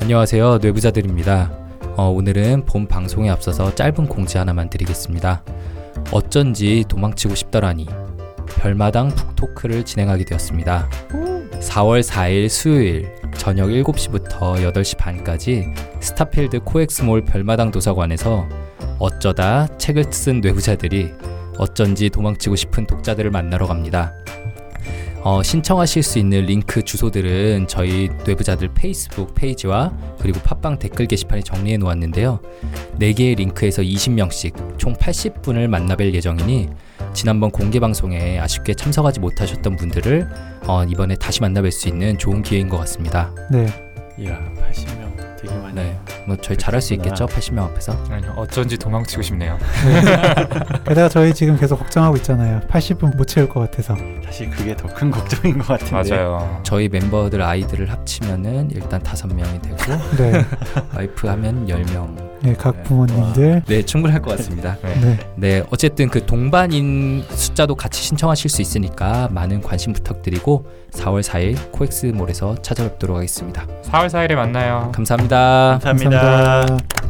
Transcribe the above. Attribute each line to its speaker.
Speaker 1: 안녕하세요. 뇌부자들입니다. 어, 오늘은 본 방송에 앞서서 짧은 공지 하나만 드리겠습니다. 어쩐지 도망치고 싶더라니 별마당 북토크를 진행하게 되었습니다. 4월 4일 수요일 저녁 7시부터 8시 반까지 스타필드 코엑스몰 별마당 도서관에서 어쩌다 책을 쓴 뇌부자들이 어쩐지 도망치고 싶은 독자들을 만나러 갑니다. 어, 신청하실 수 있는 링크 주소들은 저희 뇌부자들 페이스북 페이지와 그리고 팟빵 댓글 게시판에 정리해 놓았는데요. 4개의 링크에서 20명씩 총 80분을 만나뵐 예정이니 지난번 공개 방송에 아쉽게 참석하지 못하셨던 분들을 어, 이번에 다시 만나뵐 수 있는 좋은 기회인 것 같습니다.
Speaker 2: 네.
Speaker 3: 이야 80명 되게 많이
Speaker 1: 네, 뭐 저희 잘할 수 있겠죠? 80명 앞에서.
Speaker 4: 아니요, 어쩐지 도망치고 싶네요.
Speaker 2: 게다가 저희 지금 계속 걱정하고 있잖아요. 80분 못 채울 것 같아서.
Speaker 3: 사실 그게 더 큰 걱정인 것 같은데
Speaker 4: 맞아요.
Speaker 1: 저희 멤버들 아이들을 합치면은 일단 5명이 되고
Speaker 2: 네.
Speaker 1: 와이프 하면 10명.
Speaker 2: 네, 각 부모님들.
Speaker 1: 네, 충분할 것 같습니다.
Speaker 2: 네.
Speaker 1: 네, 어쨌든 그 동반인 숫자도 같이 신청하실 수 있으니까 많은 관심 부탁드리고 4월 4일 코엑스몰에서 찾아뵙도록 하겠습니다.
Speaker 4: 4월 4일에 만나요.
Speaker 1: 감사합니다.
Speaker 3: 감사합니다.
Speaker 2: 감사합니다.